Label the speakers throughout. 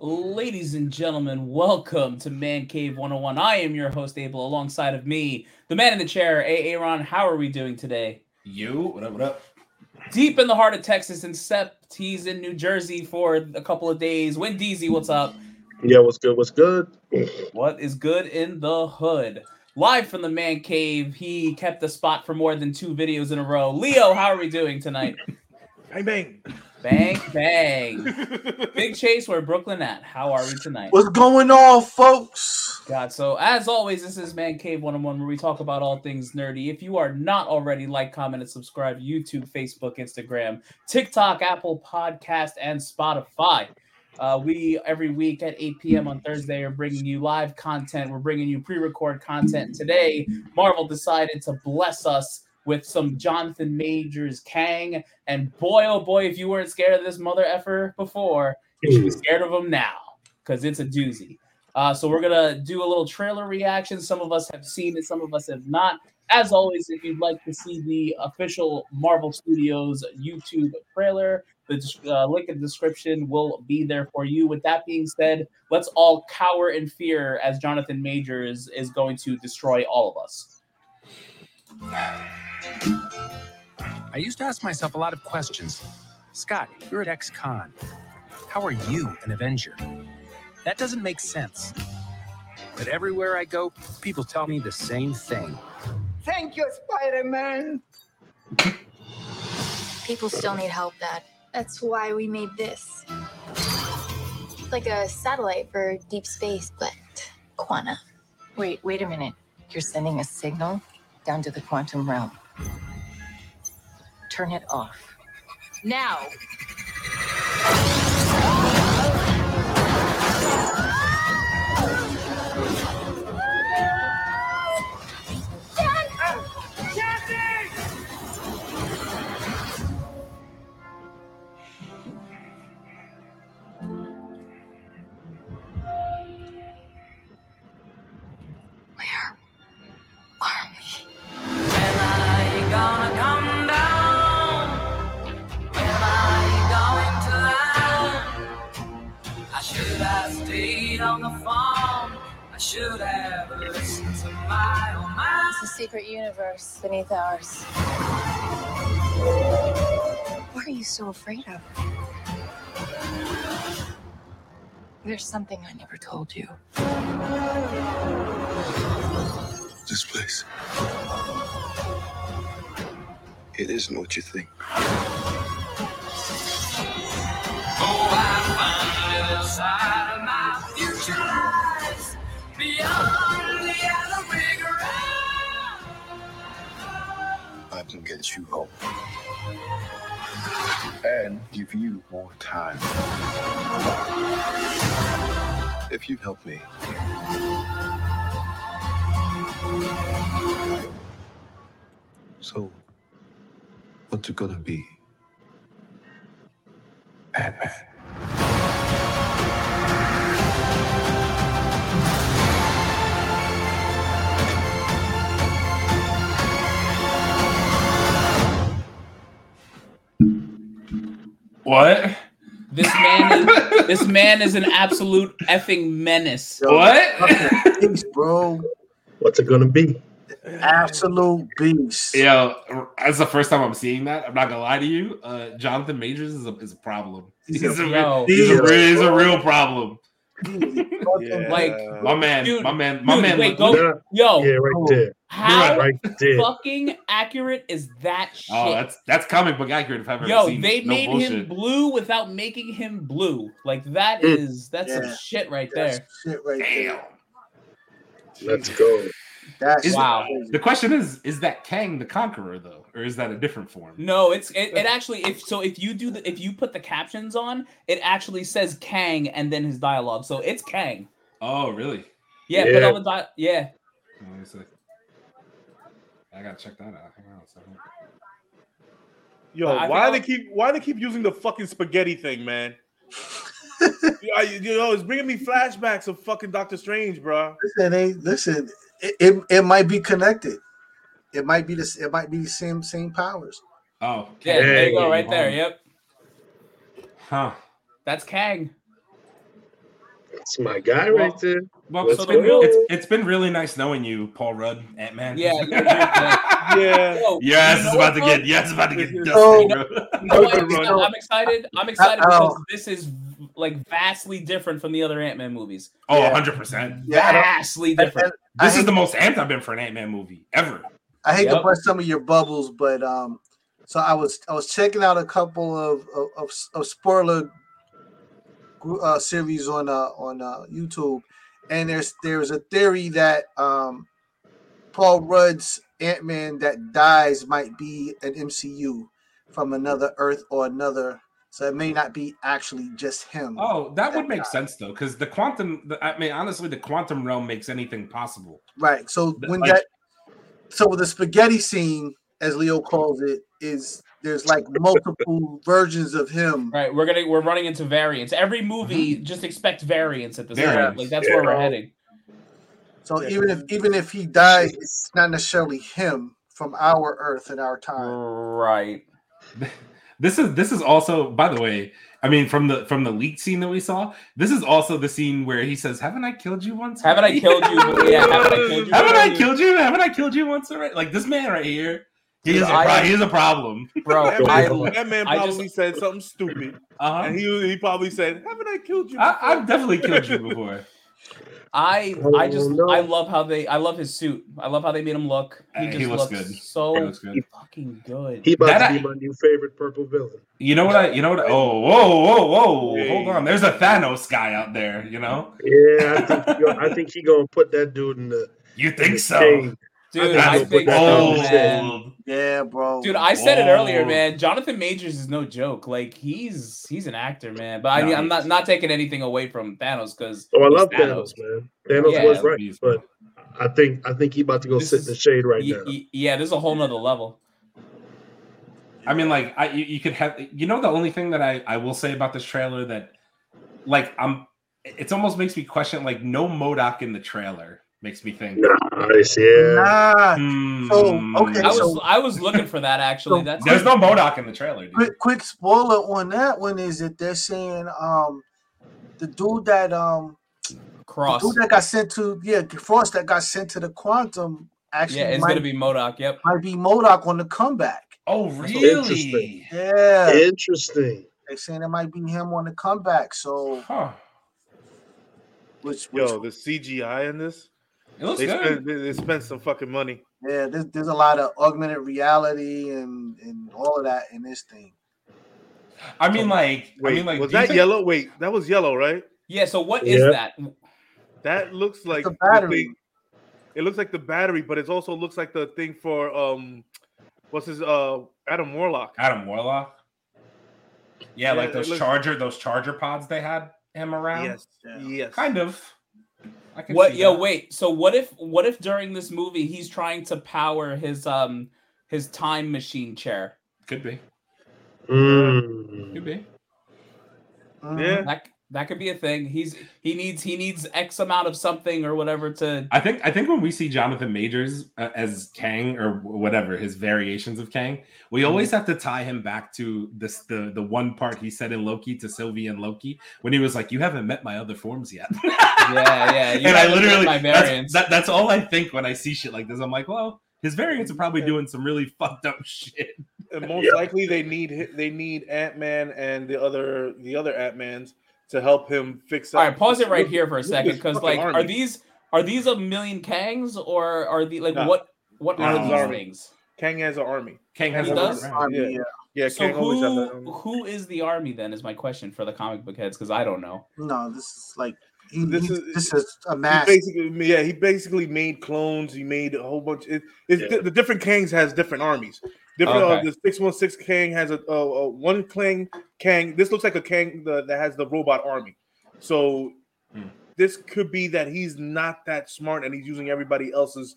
Speaker 1: Ladies and gentlemen, welcome to Man Cave 101. I am your host, Abel, alongside of me, the man in the chair, Aaron. How are we doing today?
Speaker 2: You, what up, what up?
Speaker 1: Deep in the heart of Texas, and Septies in New Jersey for a couple of days. Wendeezy, what's up?
Speaker 3: Yeah, what's good? What's good?
Speaker 1: What is good in the hood? Live from the man cave, he kept the spot for more than two videos in a row. Leo, how are we doing tonight?
Speaker 4: Bang bang.
Speaker 1: Bang, bang. Big Chase, where Brooklyn at? How are we tonight?
Speaker 5: What's going on, folks?
Speaker 1: God, so as always, this is Man Cave 101, where we talk about all things nerdy. If you are not already, like, comment, and subscribe YouTube, Facebook, Instagram, TikTok, Apple Podcast, and Spotify. Uh, we every week at 8 p.m. on Thursday are bringing you live content. We're bringing you pre-record content. Today, Marvel decided to bless us with some Jonathan Majors Kang, and boy, oh boy, if you weren't scared of this mother effer before, you should be scared of him now because it's a doozy. Uh, so we're gonna do a little trailer reaction. Some of us have seen it, some of us have not. As always, if you'd like to see the official Marvel Studios YouTube trailer, the uh, link in the description will be there for you. With that being said, let's all cower in fear as Jonathan Majors is going to destroy all of us.
Speaker 6: I used to ask myself a lot of questions. Scott, you're at ex-con. How are you an Avenger? That doesn't make sense. But everywhere I go, people tell me the same thing.
Speaker 7: Thank you, Spider Man.
Speaker 8: People still need help, Dad. That's why we made this. It's like a satellite for deep space, but Quana.
Speaker 9: Wait, wait a minute. You're sending a signal down to the quantum realm. Turn it off. Now!
Speaker 8: Where are we? It's a secret universe beneath ours. What are you so afraid of? There's something I never told you.
Speaker 10: This place. It isn't what you think. I can get you home. And give you more time. If you help me, So, what's it gonna be? Batman.
Speaker 2: What?
Speaker 1: This man, is, this man is an absolute effing menace.
Speaker 5: Yo,
Speaker 2: What?
Speaker 5: fucking Beast, bro.
Speaker 3: What's it gonna be?
Speaker 5: Absolute beast.
Speaker 2: Yo, that's the first time I'm seeing that. I'm not gonna lie to you. Uh, Jonathan Majors is a, is a problem. He's a, real,
Speaker 1: Yo,
Speaker 2: he's, a real, he's a real problem.
Speaker 5: Fucking-
Speaker 1: Like,
Speaker 2: My man,
Speaker 1: Dude,
Speaker 2: my man, my
Speaker 1: dude,
Speaker 2: man.
Speaker 1: wait,
Speaker 2: look-
Speaker 1: go-
Speaker 3: Yeah,
Speaker 2: oh.
Speaker 1: yo,
Speaker 3: yeah, right there,
Speaker 1: how
Speaker 3: right there.
Speaker 1: fucking accurate is that shit?
Speaker 2: oh, that's that's comic book accurate if I've ever
Speaker 1: Yo,
Speaker 2: seen.
Speaker 1: they
Speaker 2: it. No
Speaker 1: made
Speaker 2: bullshit.
Speaker 1: him blue without making him blue. Like that
Speaker 3: Mm.
Speaker 1: is that's
Speaker 5: Yeah.
Speaker 1: some shit right
Speaker 5: That's
Speaker 1: there.
Speaker 5: shit right
Speaker 2: Damn.
Speaker 5: there.
Speaker 3: Let's go.
Speaker 5: That's
Speaker 1: Wow.
Speaker 5: crazy.
Speaker 2: The question is, is that Kang the Conqueror though, or is that a different form?
Speaker 1: No, it's it, it actually if so if you do the if you put the captions on, it actually says Kang and then his dialogue. So it's Kang.
Speaker 2: Oh, really?
Speaker 1: Yeah, put
Speaker 3: Yeah.
Speaker 1: on the di- yeah.
Speaker 2: Let me see. I gotta check that out. Hang on a second.
Speaker 4: Yo,
Speaker 1: I
Speaker 4: why
Speaker 1: think
Speaker 4: they keep why they keep using the fucking spaghetti thing, man? you, I- you know, it's bringing me flashbacks of fucking Doctor Strange, bro.
Speaker 5: Listen, they, listen it, it, it might be connected. It might be this. It might be the same same powers.
Speaker 2: Oh,
Speaker 1: Yeah,
Speaker 2: Kang
Speaker 1: there you
Speaker 2: getting
Speaker 1: go, right there.
Speaker 2: home.
Speaker 1: Yep.
Speaker 2: Huh.
Speaker 1: That's Kang.
Speaker 3: It's my guy
Speaker 2: Well-
Speaker 3: right there.
Speaker 2: Well,
Speaker 3: Let's
Speaker 2: so
Speaker 3: go.
Speaker 2: it's, it's, it's been really nice knowing you, Paul Rudd, Ant Man.
Speaker 1: Yeah, you're good,
Speaker 4: Yeah.
Speaker 1: Yo,
Speaker 2: yes, it's
Speaker 1: you know
Speaker 2: about to
Speaker 1: what,
Speaker 2: get. Yes, it's about to get dusty,
Speaker 5: Oh.
Speaker 2: bro.
Speaker 1: You know what?
Speaker 5: Okay,
Speaker 1: I'm-
Speaker 5: so-
Speaker 1: I'm excited. I'm excited
Speaker 5: Uh-oh.
Speaker 1: because this is like vastly different from the other Ant Man movies.
Speaker 2: Oh,
Speaker 5: Yeah.
Speaker 2: 100 percent.
Speaker 5: Yeah, I don't-
Speaker 1: Vastly different.
Speaker 5: I
Speaker 2: This is
Speaker 5: hate-
Speaker 2: the most amped I've been for an Ant Man movie ever.
Speaker 5: I hate to
Speaker 1: Yep.
Speaker 5: bust some of your bubbles, but um, so I was I was checking out a couple of of, of, of spoiler gr- uh, series on uh, on uh, YouTube, and there's there's a theory that um, Paul Rudd's Ant Man that dies might be an MCU from another Earth or another, so it may not be actually just him.
Speaker 2: Oh, that would
Speaker 5: Yeah.
Speaker 2: make sense though, because the quantum. The, I mean, honestly, the quantum realm makes anything possible.
Speaker 5: Right. So
Speaker 2: Th-
Speaker 5: when
Speaker 2: like-
Speaker 5: that, so the spaghetti scene, as Leo calls it, is there's like multiple versions of him.
Speaker 1: Right, we're gonna we're running into variants. Every movie, just expect variants at this point.
Speaker 2: Mm-hmm. Variants,
Speaker 1: Like that's where we're heading.
Speaker 5: So
Speaker 4: Yeah.
Speaker 5: even if even if he dies,
Speaker 3: Jeez.
Speaker 5: it's not necessarily him from our Earth and our time.
Speaker 1: Right.
Speaker 2: This is this is also, by the way, I mean from the from the leaked scene that we saw, this is also the scene where he says, "Haven't I killed you once?
Speaker 1: Haven't I
Speaker 2: already?"
Speaker 1: killed you? Yeah. Haven't I killed you?
Speaker 2: Haven't I
Speaker 1: already?
Speaker 2: killed you? Haven't I killed you once already? Like this man right here, he
Speaker 1: Dude,
Speaker 2: is a
Speaker 1: I-
Speaker 2: pro- he is a problem.
Speaker 1: bro?
Speaker 4: That
Speaker 1: I,
Speaker 4: man, that man
Speaker 1: I
Speaker 4: probably said something stupid,
Speaker 2: Uh-huh.
Speaker 4: and he he probably said, "Haven't I killed you?"
Speaker 2: I,
Speaker 4: before?"
Speaker 2: I've definitely killed you before.
Speaker 1: I I just
Speaker 3: Oh, no.
Speaker 1: I love how they I love his suit. I love how they made him look. He
Speaker 2: Uh,
Speaker 1: just
Speaker 2: he looks
Speaker 1: looks,
Speaker 2: good.
Speaker 1: so
Speaker 2: He looks good.
Speaker 1: fucking good.
Speaker 3: He about
Speaker 2: That
Speaker 3: to
Speaker 2: I-
Speaker 3: be my new favorite purple villain.
Speaker 2: You know what I? You know what? I, oh, whoa, whoa, whoa! Hold
Speaker 4: Hey.
Speaker 2: on. There's a Thanos guy out there. You know?
Speaker 3: Yeah, I think yo, I think he gonna put that dude in the,
Speaker 2: You
Speaker 3: in
Speaker 2: think
Speaker 3: the
Speaker 2: so?
Speaker 3: cage.
Speaker 1: Dude,
Speaker 3: I
Speaker 1: I
Speaker 3: think
Speaker 1: think
Speaker 3: we'll put that
Speaker 1: so,
Speaker 3: on the
Speaker 1: man.
Speaker 2: Bold.
Speaker 5: Yeah, bro.
Speaker 1: Dude, I said it earlier,
Speaker 2: Oh.
Speaker 1: man. Jonathan Majors is no joke. Like he's he's an actor, man. But I
Speaker 2: No, he
Speaker 1: mean, I'm
Speaker 2: is.
Speaker 1: not not taking anything away from Thanos because
Speaker 3: Oh, I love Thanos, man. Thanos
Speaker 1: Yeah.
Speaker 3: was right, but I think I think he about to go
Speaker 1: This
Speaker 3: sit in the shade right
Speaker 1: Y-
Speaker 3: now.
Speaker 1: y- yeah, this is a whole nother level.
Speaker 2: I mean, like, I you, you could have. You know, the only thing that I I will say about this trailer that, like, I'm. It almost makes me question. Like, no Modoc in the trailer makes me think.
Speaker 3: nice, yeah.
Speaker 5: Nah.
Speaker 2: hmm,
Speaker 5: Oh, okay.
Speaker 1: I was
Speaker 5: So-
Speaker 1: I was looking for that actually.
Speaker 5: So-
Speaker 1: That's
Speaker 2: There's no Modoc in the trailer, dude.
Speaker 5: Quick, quick spoiler on that one is that they're saying um the dude that um
Speaker 1: cross.
Speaker 5: the dude that got sent to yeah Frost that got sent to the quantum actually
Speaker 1: Yeah, it's
Speaker 5: might,
Speaker 1: gonna be Modoc. Yep.
Speaker 5: might be Modoc on the comeback.
Speaker 2: Oh,
Speaker 3: interesting.
Speaker 2: really?
Speaker 5: Yeah.
Speaker 3: Interesting.
Speaker 5: They're saying it might be him on the comeback. So
Speaker 2: Huh.
Speaker 5: which, which
Speaker 4: Yo, the CGI in this,
Speaker 2: It looks
Speaker 4: they
Speaker 2: good.
Speaker 4: spent, they, they spent some fucking money.
Speaker 5: yeah, there's, there's a lot of augmented reality and and all of that in this thing.
Speaker 2: I mean, like,
Speaker 4: um, Wait,
Speaker 2: I mean, like,
Speaker 4: was
Speaker 2: do you
Speaker 4: that
Speaker 2: think-
Speaker 4: yellow? Wait, that was yellow, right?
Speaker 1: Yeah. So what is
Speaker 3: Yeah.
Speaker 1: that?
Speaker 4: That looks like
Speaker 5: the
Speaker 4: the
Speaker 5: battery.
Speaker 4: thing- it looks like the battery, but it also looks like the thing for um, what's his uh Adam Warlock.
Speaker 2: Adam Warlock? Yeah,
Speaker 4: Yeah,
Speaker 2: like
Speaker 4: it
Speaker 2: those
Speaker 4: looks-
Speaker 2: charger, those charger pods they had him around.
Speaker 4: Yes,
Speaker 5: Yeah.
Speaker 4: yes.
Speaker 2: kind of. I can
Speaker 1: What?
Speaker 2: see
Speaker 1: Yo,
Speaker 2: that.
Speaker 1: wait. So what if what if during this movie he's trying to power his um his time machine chair?
Speaker 2: Could be,
Speaker 3: Mm. Hmm.
Speaker 2: could be.
Speaker 5: Mm-hmm.
Speaker 4: Yeah.
Speaker 1: That that could be a thing. He's he needs he needs X amount of something or whatever to.
Speaker 2: I think I think when we see Jonathan Majors uh, as Kang or wh- whatever his variations of Kang, we
Speaker 1: Mm-hmm.
Speaker 2: always have to tie him back to this the the one part he said in Loki to Sylvie and Loki when he was like, "You haven't met my other forms yet."
Speaker 1: Yeah, yeah. you
Speaker 2: and I
Speaker 1: gotta get
Speaker 2: literally
Speaker 1: my
Speaker 2: that's,
Speaker 1: variants.
Speaker 2: that, that's all I think when I see shit like this. I'm like, well, his variants are probably doing some really fucked up shit.
Speaker 4: And most
Speaker 3: Yeah.
Speaker 4: likely they need hi- they need Ant Man and the other the other Ant Mans to help him fix.
Speaker 1: All
Speaker 4: up-
Speaker 1: right, pause it right here for a
Speaker 4: Look at
Speaker 1: second
Speaker 4: this
Speaker 1: because
Speaker 4: fucking
Speaker 1: like,
Speaker 4: army.
Speaker 1: are these are these a million Kangs or are the like
Speaker 4: No.
Speaker 1: what what
Speaker 2: No.
Speaker 1: are these
Speaker 4: Army.
Speaker 1: things?
Speaker 4: Kang has an army.
Speaker 2: Kang has
Speaker 1: He
Speaker 2: a
Speaker 1: does?
Speaker 2: round.
Speaker 5: I mean,
Speaker 4: Yeah.
Speaker 5: yeah.
Speaker 4: Yeah,
Speaker 1: so
Speaker 4: Kang always has an
Speaker 2: um,
Speaker 1: who
Speaker 4: army.
Speaker 1: who is the army then? Is my question for the comic book heads because I don't know.
Speaker 5: No, this is like he,
Speaker 4: This
Speaker 5: he-
Speaker 4: is-
Speaker 5: this is a
Speaker 4: He
Speaker 5: mass.
Speaker 4: basically, yeah, he basically made clones. He made a whole bunch. It, it's
Speaker 3: Yeah.
Speaker 4: di- the different Kangs has different armies. Different. Uh,
Speaker 1: Okay.
Speaker 4: the six one six Kang has a, a, a one Kang Kang. This looks like a Kang the, that has the robot army. So
Speaker 2: Hmm.
Speaker 4: this could be that he's not that smart and he's using everybody else's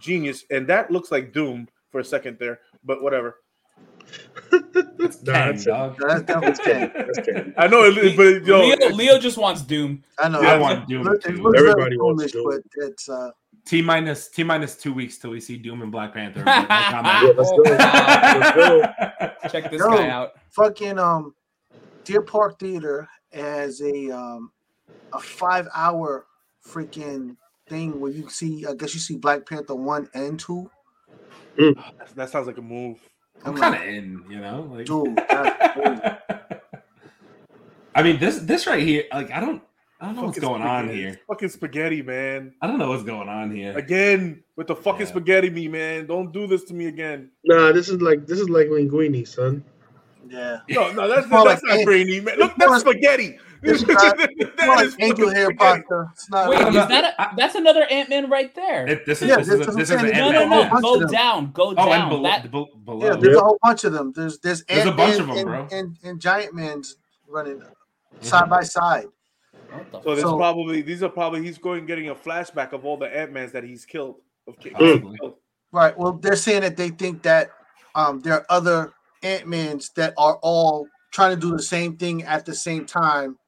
Speaker 4: genius. And that looks like Doom for a second there, but whatever.
Speaker 3: That's
Speaker 2: Kang,
Speaker 3: nonsense.
Speaker 2: dog.
Speaker 5: That's definitely Kang.
Speaker 3: That's Kang.
Speaker 4: I know, it, it- but yo,
Speaker 1: Leo, Leo just wants Doom.
Speaker 5: I know.
Speaker 2: I
Speaker 5: it
Speaker 2: want Doom
Speaker 5: looks- it
Speaker 2: too.
Speaker 5: looks very
Speaker 3: Everybody wants
Speaker 5: foolish, but it's uh,
Speaker 2: T minus T minus two weeks till we see Doom and Black Panther. but no comment.
Speaker 3: Yeah, let's go. Let's go.
Speaker 1: Check this
Speaker 5: No.
Speaker 1: guy out.
Speaker 5: fucking um Deer Park Theater has a um a five hour freaking thing where you see, I guess you see Black Panther one and two.
Speaker 4: That's- That sounds like a move.
Speaker 2: I'm
Speaker 5: I'm
Speaker 2: kind
Speaker 5: like,
Speaker 2: of in, you know. Like,
Speaker 5: dude, that's cool.
Speaker 2: I mean, this this right here, like, I don't, I don't know what's
Speaker 4: Fucking
Speaker 2: going on
Speaker 4: spaghetti.
Speaker 2: here.
Speaker 4: Fucking spaghetti, man.
Speaker 2: I don't know what's going on here.
Speaker 4: Again with the fucking
Speaker 2: Yeah.
Speaker 4: spaghetti, me man. Don't do this to me again.
Speaker 3: Nah, this is like this is like linguini, son.
Speaker 5: yeah.
Speaker 4: No, no, that's
Speaker 5: more
Speaker 4: that's
Speaker 5: like-
Speaker 4: not brainy, man. Look,
Speaker 5: it's more
Speaker 4: that's spaghetti.
Speaker 5: it's not-
Speaker 4: That
Speaker 5: It's more
Speaker 4: is
Speaker 5: like angel
Speaker 4: fucking
Speaker 5: hair
Speaker 4: spaghetti.
Speaker 5: pasta. It's not.
Speaker 1: Wait,
Speaker 2: I'm
Speaker 1: is
Speaker 2: not-
Speaker 1: that
Speaker 2: I-
Speaker 1: a, that's another Ant Man right there?
Speaker 2: It- this is
Speaker 5: Yeah,
Speaker 2: this
Speaker 5: that's
Speaker 2: is a,
Speaker 5: what I'm
Speaker 2: this is
Speaker 5: saying.
Speaker 2: an
Speaker 1: no,
Speaker 2: Ant
Speaker 1: no,
Speaker 2: Man.
Speaker 1: no.
Speaker 5: Ant-Man.
Speaker 1: Go down. Go
Speaker 2: Oh,
Speaker 1: down.
Speaker 2: and below,
Speaker 1: that
Speaker 2: be- below.
Speaker 5: yeah, there's
Speaker 2: Yeah.
Speaker 5: a whole bunch of them. There's there's,
Speaker 2: There's a bunch of
Speaker 5: Ant-Man
Speaker 2: 'em,
Speaker 5: and,
Speaker 2: bro.
Speaker 5: and, and Giant Man's running side by side.
Speaker 1: what the fuck?
Speaker 4: So there's
Speaker 5: So-
Speaker 4: probably these are probably he's going getting a flashback of all the Ant Mans that he's killed. Of ki-
Speaker 5: Hmm.
Speaker 2: Possibly.
Speaker 4: killed.
Speaker 5: Right. Well, they're saying that they think that um, there are other Ant Mans that are all trying to do the same thing at the same time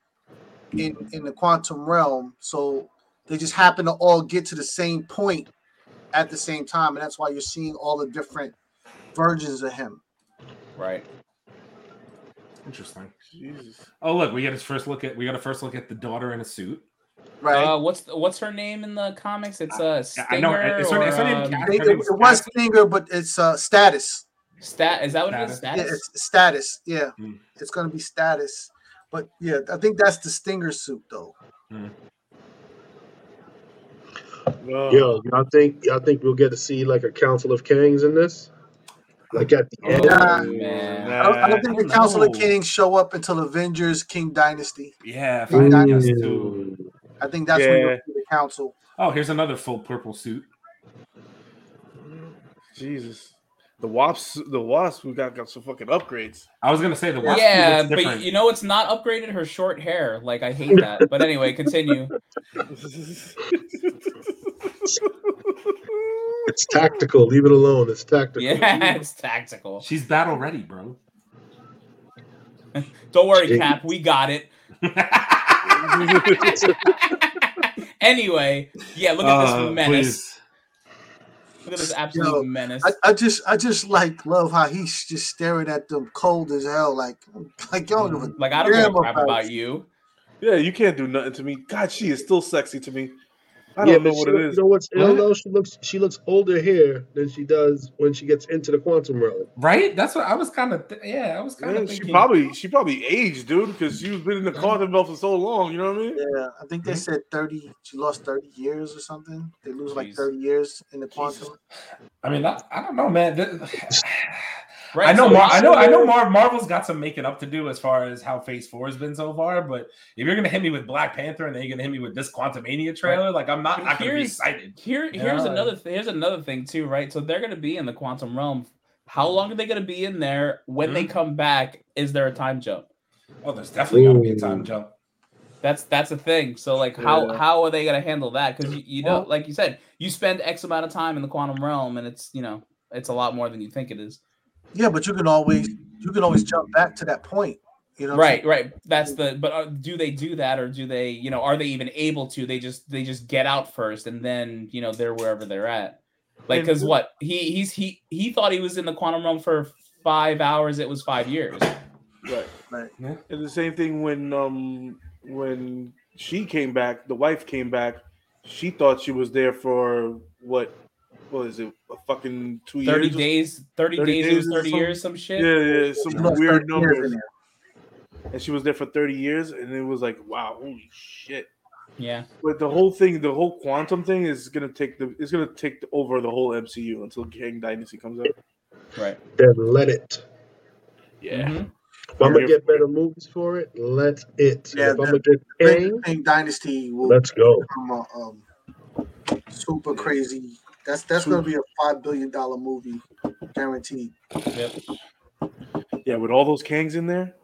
Speaker 5: in in the quantum realm. So they just happen to all get to the same point at the same time, and that's why you're seeing all the different versions of him.
Speaker 1: Right. Mm.
Speaker 2: Interesting.
Speaker 4: Jesus.
Speaker 2: Oh, look, we got his first look at we got a first look at the daughter in a suit.
Speaker 5: Right.
Speaker 1: Uh, what's what's her name in the comics? It's uh,
Speaker 2: Yeah,
Speaker 1: Stinger
Speaker 2: I know. It's her,
Speaker 1: or,
Speaker 2: it's her name.
Speaker 1: um,
Speaker 2: Kat-
Speaker 5: They-
Speaker 2: her
Speaker 5: it,
Speaker 2: name's
Speaker 5: it was
Speaker 2: Kat.
Speaker 5: Stinger, but it's uh, status.
Speaker 1: Stat. Is that what it is?
Speaker 5: Yeah,
Speaker 1: Status?
Speaker 5: it's status. Yeah,
Speaker 2: Hmm.
Speaker 5: it's gonna be status. But yeah, I think that's the Stinger suit though.
Speaker 4: No.
Speaker 3: Yo, y'all think y'all think we'll get to see like a council of kings in this? Like at the end?
Speaker 5: Yeah.
Speaker 1: Oh, man.
Speaker 5: I don't, I don't
Speaker 4: Nah.
Speaker 5: think
Speaker 2: I
Speaker 5: the Council of
Speaker 2: know.
Speaker 5: Kings show up until Avengers King Dynasty.
Speaker 2: Yeah,
Speaker 5: King
Speaker 2: fine, yes,
Speaker 1: Mm.
Speaker 5: Dynasty.
Speaker 3: Mm.
Speaker 2: too.
Speaker 5: I think that's when you'll
Speaker 4: Yeah.
Speaker 5: see the Council.
Speaker 2: Oh, here's another full purple suit.
Speaker 4: Jesus. The wasps, the wasp, we got, got some fucking upgrades.
Speaker 2: I was gonna say the watch
Speaker 1: Yeah,
Speaker 2: suit looks
Speaker 1: but
Speaker 2: different.
Speaker 1: you know it's not upgraded her short hair. Like I hate that. But anyway, continue.
Speaker 3: It's tactical. Leave it alone. It's tactical.
Speaker 1: Yeah, it's tactical.
Speaker 2: She's battle ready, bro.
Speaker 1: Don't worry,
Speaker 3: Jeez.
Speaker 1: Cap. We got it. anyway, yeah. Look at
Speaker 2: Uh,
Speaker 4: Ah,
Speaker 1: this menace.
Speaker 2: please.
Speaker 1: Look at this absolute
Speaker 5: Yo,
Speaker 1: menace.
Speaker 5: I, I just, I just like love how he's just staring at them cold as hell, like, like y'all don't give a
Speaker 1: like I don't give
Speaker 5: damn
Speaker 1: a crap
Speaker 5: about
Speaker 1: about you.
Speaker 4: yeah, you can't do nothing to me. God, she is still sexy to me. I
Speaker 3: yeah,
Speaker 4: don't know
Speaker 3: but
Speaker 4: what
Speaker 3: she,
Speaker 4: it
Speaker 3: You
Speaker 4: is.
Speaker 3: know what's ill
Speaker 2: What?
Speaker 3: though? She looks she looks older here than she does when she gets into the quantum realm.
Speaker 2: Right? That's what I was kind of. Th- yeah, I was kind
Speaker 4: Yeah,
Speaker 2: of
Speaker 4: she
Speaker 2: thinking.
Speaker 4: probably she probably aged, dude, because she's been in the quantum belt for so long. You know what I mean?
Speaker 5: Yeah, I think they said thirty. She lost thirty years or something. They lose like
Speaker 1: Jeez.
Speaker 5: thirty years in the quantum.
Speaker 2: I mean, I, I don't know, man. Th-
Speaker 1: Right.
Speaker 2: I know.
Speaker 1: so
Speaker 2: Mar-
Speaker 1: you
Speaker 2: I know. I
Speaker 1: said-
Speaker 2: know. Mar- Marvel's got some making up to do as far as how Phase Four has been so far. But if you're gonna hit me with Black Panther and then you're gonna hit me with this Quantumania trailer, like I'm not,
Speaker 1: But
Speaker 2: not gonna be
Speaker 1: here's-
Speaker 2: excited.
Speaker 1: Here, here's
Speaker 2: Yeah.
Speaker 1: another. Th- here's another thing too, right? So they're gonna be in the quantum realm. How long are they gonna be in there? When
Speaker 2: Mm-hmm.
Speaker 1: they come back, is there a time jump?
Speaker 2: Oh, there's definitely gotta be a time
Speaker 3: Ooh.
Speaker 2: jump.
Speaker 1: That's that's a thing. So like, how
Speaker 3: Yeah.
Speaker 1: how are they gonna handle that? Because you, you know,
Speaker 2: Well-
Speaker 1: like you said, you spend X amount of time in the quantum realm, and it's you know, it's a lot more than you think it is.
Speaker 5: Yeah, but you can always, you can always jump back to that point. You know, what I'm
Speaker 1: Right, right. That's the. But uh, do they do that, or do they? You know, are they even able to? They just they just get out first, and then you know they're wherever they're at. Like,
Speaker 4: And
Speaker 1: because
Speaker 4: who-
Speaker 1: what he he's he he thought he was in the quantum realm for five hours. It was five years.
Speaker 4: Right.
Speaker 5: Right.
Speaker 2: Yeah.
Speaker 4: And the same thing when um when she came back, the wife came back, she thought she was there for what what is it, a fucking two
Speaker 1: Thirty
Speaker 4: years? or-
Speaker 1: days. Thirty,
Speaker 4: 30
Speaker 1: days.
Speaker 4: days
Speaker 1: It was
Speaker 4: or
Speaker 1: thirty
Speaker 4: something?
Speaker 1: years. Some shit.
Speaker 4: Yeah, yeah,
Speaker 5: saying?
Speaker 4: some
Speaker 5: She lost
Speaker 4: weird
Speaker 5: 30 years in
Speaker 4: numbers.
Speaker 5: there.
Speaker 4: And she was there for 30 years, and it was like, wow, holy shit.
Speaker 1: yeah.
Speaker 4: But the whole thing, the whole quantum thing is gonna take the it's gonna take over the whole MCU until Kang Dynasty comes out.
Speaker 1: Right.
Speaker 3: Then let it.
Speaker 4: Yeah.
Speaker 1: Mhm.
Speaker 3: If I'm
Speaker 4: Yeah.
Speaker 3: gonna get better movies for it. Let it. if
Speaker 5: Yeah,
Speaker 3: I'm gonna
Speaker 5: that-
Speaker 3: get
Speaker 5: King,
Speaker 3: Kang,
Speaker 5: King Dynasty will
Speaker 3: let's go.
Speaker 5: become a, um, super crazy. That's that's gonna be a five billion dollar movie, guaranteed.
Speaker 4: Yeah, with all those Kangs in there.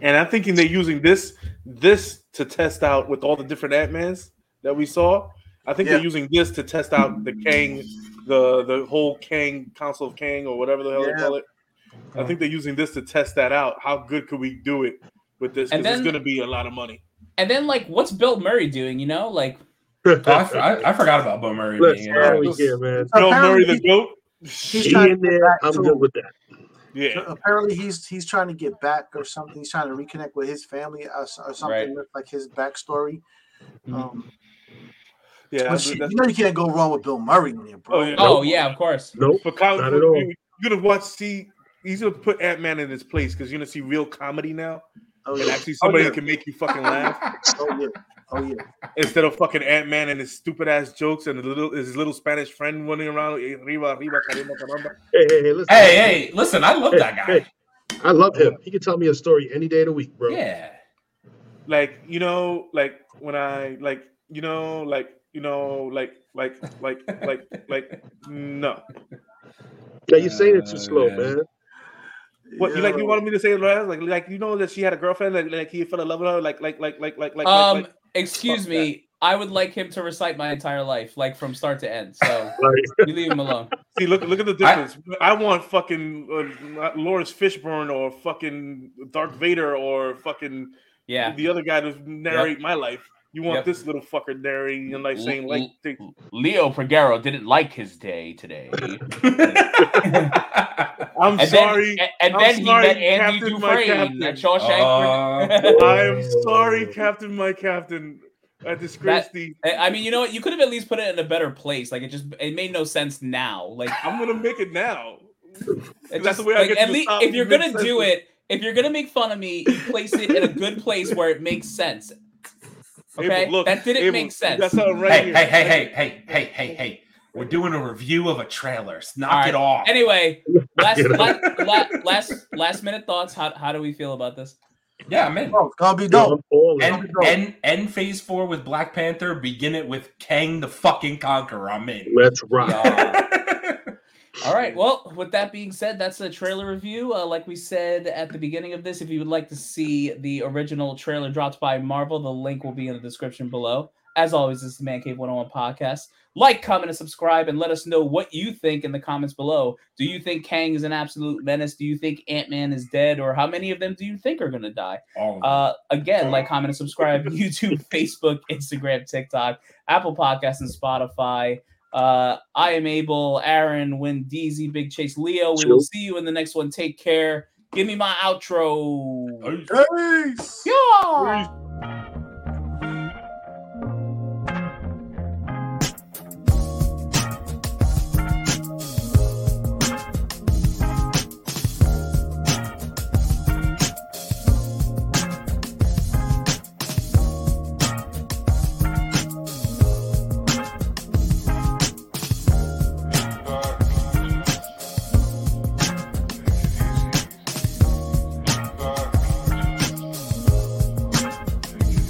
Speaker 4: And I'm thinking they're using this this to test out with all the different Ant-Mans that we saw. I think
Speaker 5: Yeah.
Speaker 4: they're using this to test out the Kang, the the whole Kang Council of Kang or whatever the hell
Speaker 5: Yeah.
Speaker 4: they call it. I think they're using this to test that out. How good could we do it with this?
Speaker 1: And
Speaker 4: Because it's
Speaker 1: then-
Speaker 4: gonna be a lot of money.
Speaker 1: And then like, what's Bill Murray doing? You know, like
Speaker 2: Oh, I, f- I- I forgot about Bill Murray.
Speaker 3: Let's
Speaker 2: being in
Speaker 3: out
Speaker 2: it.
Speaker 3: here, man.
Speaker 4: Bill Murray the
Speaker 5: Apparently-
Speaker 4: goat.
Speaker 5: He's
Speaker 3: She
Speaker 5: trying to
Speaker 3: in
Speaker 5: get
Speaker 3: there.
Speaker 5: back
Speaker 3: I'm
Speaker 5: to
Speaker 3: good with that.
Speaker 4: Yeah.
Speaker 5: So apparently he's he's trying to get back or something. He's trying to reconnect with his family or, s- or something
Speaker 1: Right.
Speaker 5: with like his backstory. Um,
Speaker 4: Mm-hmm. Yeah.
Speaker 5: but
Speaker 4: that's-
Speaker 5: shit,
Speaker 4: that's-
Speaker 5: you know you can't go wrong with Bill Murray in there, bro.
Speaker 4: Oh, yeah.
Speaker 1: Oh yeah, of course.
Speaker 3: Nope.
Speaker 4: But Colin,
Speaker 3: Not at all.
Speaker 4: You're gonna watch. See, he's gonna put Ant Man in his place because you're gonna see real comedy now,
Speaker 5: Oh
Speaker 4: and
Speaker 5: yeah.
Speaker 4: actually somebody
Speaker 5: yeah.
Speaker 4: that can make you fucking laugh
Speaker 5: Oh yeah. Oh yeah.
Speaker 4: instead of fucking Ant Man and his stupid ass jokes and the little his little Spanish friend running around. eh, Arriba, arriba, caramba, caramba.
Speaker 3: Hey, hey, hey, listen.
Speaker 2: Hey, hey, listen, I love
Speaker 3: Hey,
Speaker 2: that guy.
Speaker 3: hey, I love him. He can tell me a story any day of the week, bro.
Speaker 2: Yeah.
Speaker 4: Like you know, like when I like you know, like you know, like like like like like no.
Speaker 3: Yeah, you're saying it too slow,
Speaker 2: Uh,
Speaker 3: man.
Speaker 4: What you like? You
Speaker 5: Yo.
Speaker 4: wanted me to say it last? Like like you know that she had a girlfriend. Like like he fell in love with her. Like like like like like like.
Speaker 1: Um,
Speaker 4: like,
Speaker 1: excuse
Speaker 4: fuck
Speaker 1: me. I would like him to recite my entire life, like from start to end. So
Speaker 3: Like,
Speaker 1: you leave him alone.
Speaker 4: See, look, look at the difference. I, want fucking uh, Lawrence Fishburne or fucking Dark Vader or fucking
Speaker 1: Yeah.
Speaker 4: the other guy to narrate my life. You want
Speaker 1: Yep. Mm-hmm.
Speaker 4: this little fucker narrating your life, saying like, thing.
Speaker 1: Leo Pregero didn't like his day today.
Speaker 4: "I'm
Speaker 1: Mm-hmm. And
Speaker 4: sorry,
Speaker 1: then, and
Speaker 4: I'm
Speaker 1: then he
Speaker 4: sorry,
Speaker 1: met Andy
Speaker 4: Captain, my
Speaker 1: Dufresne
Speaker 4: captain.
Speaker 1: at Shawshank.
Speaker 2: Uh,
Speaker 4: I'm sorre sorry, Captain, my captain. I disgraced thee.
Speaker 1: I I mean, you know what? You could have at least put it in a better place. Like it just it made no sense now. Like
Speaker 4: I'm gonna make it now."
Speaker 1: it
Speaker 4: That's
Speaker 1: just,
Speaker 4: the way I
Speaker 1: like,
Speaker 4: get
Speaker 1: at
Speaker 4: to
Speaker 1: least
Speaker 4: stop
Speaker 1: if
Speaker 4: you
Speaker 1: you're gonna do
Speaker 4: mid-sentence.
Speaker 1: it, if you're gonna make fun of me, you place it in a good place where it makes sense.
Speaker 4: Abel,
Speaker 1: Okay, that didn't
Speaker 4: Abel,
Speaker 1: make sense.
Speaker 4: That's all right.
Speaker 2: hey,
Speaker 4: here.
Speaker 2: hey, hey, hey, hey, hey, hey, hey. We're doing a review of a trailer. Knock
Speaker 1: All right.
Speaker 2: it off.
Speaker 1: Anyway, last
Speaker 3: You know?
Speaker 1: la, la- last last minute thoughts. How how do we feel about this?
Speaker 2: yeah, man.
Speaker 5: Oh, it's gonna be
Speaker 3: Yo,
Speaker 5: dope.
Speaker 3: I'm all in.
Speaker 2: End, end, end phase four with Black Panther. Begin it with Kang the fucking Conqueror. I'm in.
Speaker 3: Let's rock.
Speaker 1: All right. Well, with that being said, that's a trailer review. Uh, like we said at the beginning of this, if you would like to see the original trailer dropped by Marvel, the link will be in the description below. As always, this is the Man Cave 101 podcast. Like, comment, and subscribe, and let us know what you think in the comments below. Do you think Kang is an absolute menace? Do you think Ant Man is dead? Or how many of them do you think are going to die?
Speaker 2: All of them.
Speaker 1: Uh, again, like, comment, and subscribe. YouTube, Facebook, Instagram, TikTok, Apple Podcasts, and Spotify. Uh, I am Abel, Aaron, Wendeezy, Big Chase, Leo. We will
Speaker 3: Sure.
Speaker 1: see you in the next one. Take care. Give me my outro.
Speaker 2: Hey.
Speaker 5: Peace.
Speaker 1: Yeah.
Speaker 4: Please.